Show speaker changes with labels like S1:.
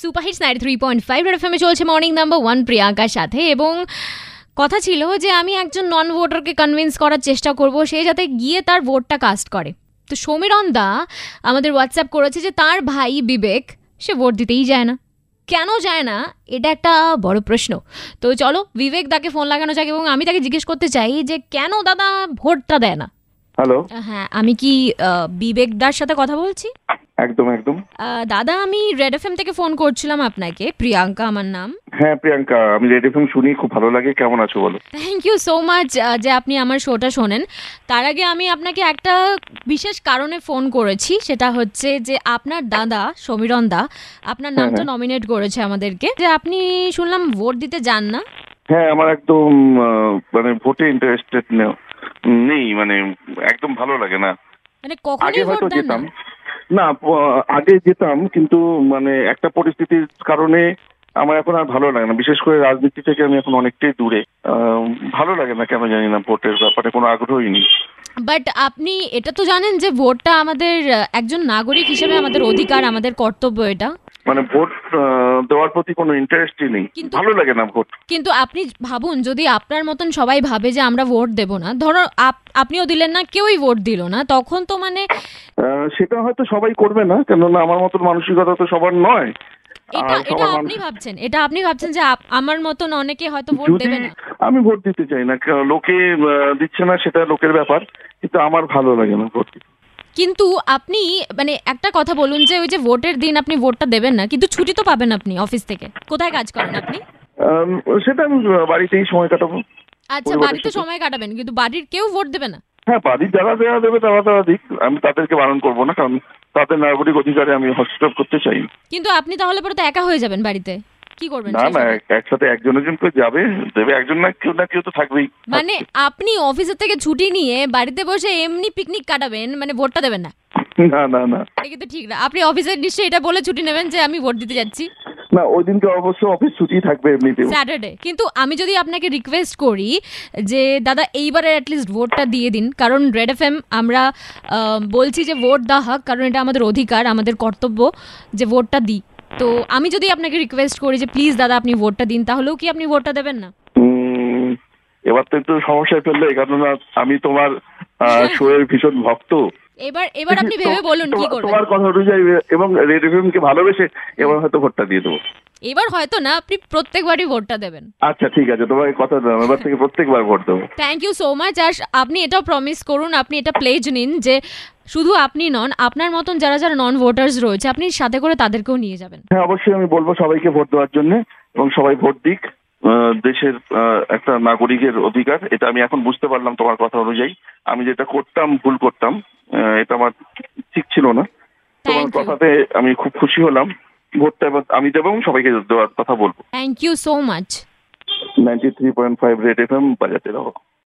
S1: Super hits ninety three point five red এফএমে চলছে morning number one প্রিয়াঙ্কার সাথে এবং কথা ছিল যে আমি একজন নন ভোটারকে কনভিন্স করার চেষ্টা করব সে যাতে গিয়ে তার ভোটটা কাস্ট করে তো সমীরণ দা আমাদের হোয়াটসঅ্যাপ করেছে যে তার ভাই বিবেক সে ভোট দিতেই যায় না কেন যায় না এটা একটা বড় প্রশ্ন তো চলো বিবেক দাকে ফোন লাগানো যাক এবং আমি তাকে জিজ্ঞেস করতে চাই যে কেন দাদা ভোটটা দেয় না
S2: হ্যালো
S1: হ্যাঁ আমি কি আহ, বিবেক দার সাথে কথা বলছি
S2: একদম একদম
S1: আহ, দাদা আমি রেড এফএম থেকে ফোন করছিলাম আপনাকে প্রিয়াঙ্কা আমার নাম
S2: হ্যাঁ প্রিয়াঙ্কা আমি রেড এফএম শুনি খুব ভালো লাগে কেমন আছো বলো
S1: থ্যাংক ইউ সো মাচ যে আপনি আমার শোটা শোনেন তার আগে আমি আপনাকে একটা বিশেষ কারণে ফোন করেছি সেটা হচ্ছে যে আপনার দাদা সমীরণ দা আপনার
S2: হ্যাঁ,
S1: নামটা নমিনেট করেছে আমাদেরকে যে আপনি শুনলাম ভোট দিতে যান না
S2: হ্যাঁ আমার একদম আহ, মানে ভোটে ইন্টারেস্টেড নেই মানে একদম ভালো লাগে না
S1: মানে
S2: আগে
S1: কখনোই ভোট
S2: হয়তো
S1: দেন না
S2: যেতাম না প- আগে যেতাম কিন্তু মানে একটা পরিস্থিতির কারণে আমার এখন আর ভালো লাগে না বিশেষ করে রাজনীতি থেকে আমি এখন অনেকটাই দূরে আহ, ভালো লাগে না কেন জানি না ভোটের ব্যাপারে কোনো আগ্রহই নেই
S1: বাট আপনি এটা তো জানেন যে ভোটটা আমাদের আহ, একজন নাগরিক হিসেবে আমাদের অধিকার আমাদের কর্তব্য এটা
S2: মানে ভোট আহ, দেওয়ার প্রতি কোনো ইন্টারেস্টই নেই
S1: কিন্তু-
S2: ভালো লাগে না ভোট
S1: কিন্তু আপনি ভাবুন যদি আপনার মতন সবাই ভাবে যে আমরা ভোট দেব না ধরো আপ- আপনিও দিলেন না কেউই ভোট দিল না তখন তো মানে
S2: আহ, সেটা হয়তো সবাই করবে না কেননা আমার মতন মানসিকতা তো সবার নয়
S1: এটা
S2: আর
S1: এটা
S2: সবার
S1: আপনি
S2: মানুষ-
S1: ভাবছেন এটা আপনি ভাবছেন যে আপ- আমার মতন অনেকে হয়তো ভোট
S2: যদি
S1: দেবে না
S2: আমি ভোট দিতে চাই না কেন লোকে আহ, দিচ্ছে না সেটা লোকের ব্যাপার কিন্তু আমার ভালো লাগে না ভোট দিতে।
S1: কিন্তু আপনি মানে একটা কথা বলুন যে ওই যে ভোটের দিন আপনি ভোটটা দেবেন না কিন্তু ছুটি তো পাবেন আপনি অফিস থেকে কোথায় কাজ করেন আপনি
S2: আম, সেটা আমি আহ, বাড়িতেই সময় কাটাবো
S1: আচ্ছা
S2: পরিবারের
S1: বাড়িতে
S2: সাথে।
S1: সময় কাটাবেন কিন্তু বাড়ির কেউ ভোট দেবে না
S2: হ্যাঁ বাড়ির যারা দেওয়া দেবে তারা তারা দিক আমি তাদেরকে বারণ করবো না কারণ তাদের নাগরিক অধিকারে আমি হস্তক্ষেপ করতে চাই না।
S1: কিন্তু আপনি তাহলে পরে তো একা হয়ে যাবেন বাড়িতে কি করবেন
S2: না
S1: সেই
S2: না
S1: সময়?
S2: এক- একসাথে একজন একজন করে যাবে দেবে একজন না কেউ না কেউ তো থাকবেই
S1: মানে আপনি অফিসের থেকে ছুটি নিয়ে বাড়িতে বসে এমনি পিকনিক কাটাবেন মানে ভোটটা দেবেন না
S2: না না না
S1: এটা কিন্তু ঠিক না আপনি অফিসের নিশ্চয়ই এটা বলে ছুটি নেবেন যে আমি ভোট দিতে যাচ্ছি
S2: না ওই দিনকে অবশ্য অফিস ছুটি থাকবে এমনিতেও
S1: স্যাটারডে কিন্তু আমি যদি আপনাকে রিকোয়েস্ট করি যে দাদা এইবারে অ্যাটলিস্ট ভোটটা দিয়ে দিন কারণ রেড এফ এম আমরা আহ, বলছি যে ভোট দেওয়া হোক কারণ এটা আমাদের অধিকার আমাদের কর্তব্য যে ভোটটা দিই তো আমি যদি আপনাকে রিকোয়েস্ট করি যে প্লিজ দাদা আপনি ভোটটা দিন তাহলেও কি আপনি ভোটটা দেবেন না
S2: উম, এবার তো একটু সমস্যায় ফেললে কারণ আমি তোমার আহ, শোয়ের ভীষণ ভক্ত
S1: এবার হ্যাঁ। এবার আপনি ভেবে বলুন কি
S2: তোমার-
S1: করবেন
S2: তোমার কথা অনুযায়ী এবং রেড এফএম কে ভালোবেসে এবার হয়তো ভোটটা দিয়ে দেবো
S1: এবার হয়তো না আপনি প্রত্যেকবারই ভোটটা দেবেন
S2: আচ্ছা ঠিক আছে তোমাকে কথা দিলাম এবার থেকে প্রত্যেকবার ভোট দেবো
S1: থ্যাংক ইউ সো মাচ আর আপনি এটাও প্রমিস করুন আপনি এটা প্লেজ নিন যে শুধু আপনি নন আপনার মতন যারা যারা নন ভোটার্স রয়েছে আপনি সাথে করে তাদেরকেও নিয়ে যাবেন
S2: হ্যাঁ অবশ্যই আমি বলবো সবাইকে ভোট দেওয়ার জন্য এবং সবাই ভোট দিক আহ, দেশের আহ, একটা নাগরিকের অধিকার এটা আমি এখন বুঝতে পারলাম তোমার কথা অনুযায়ী আমি যেটা করতাম ভুল করতাম আহ, এটা আমার ঠিক ছিল না তোমার
S1: Thank you.
S2: কথাতে আমি খুব খুশি হলাম ভোটটা এবার আমি দেবো এবং সবাইকে দেওয়ার কথা বলবো
S1: thank you so much
S2: ninety three point five red F M বাজাতে দাও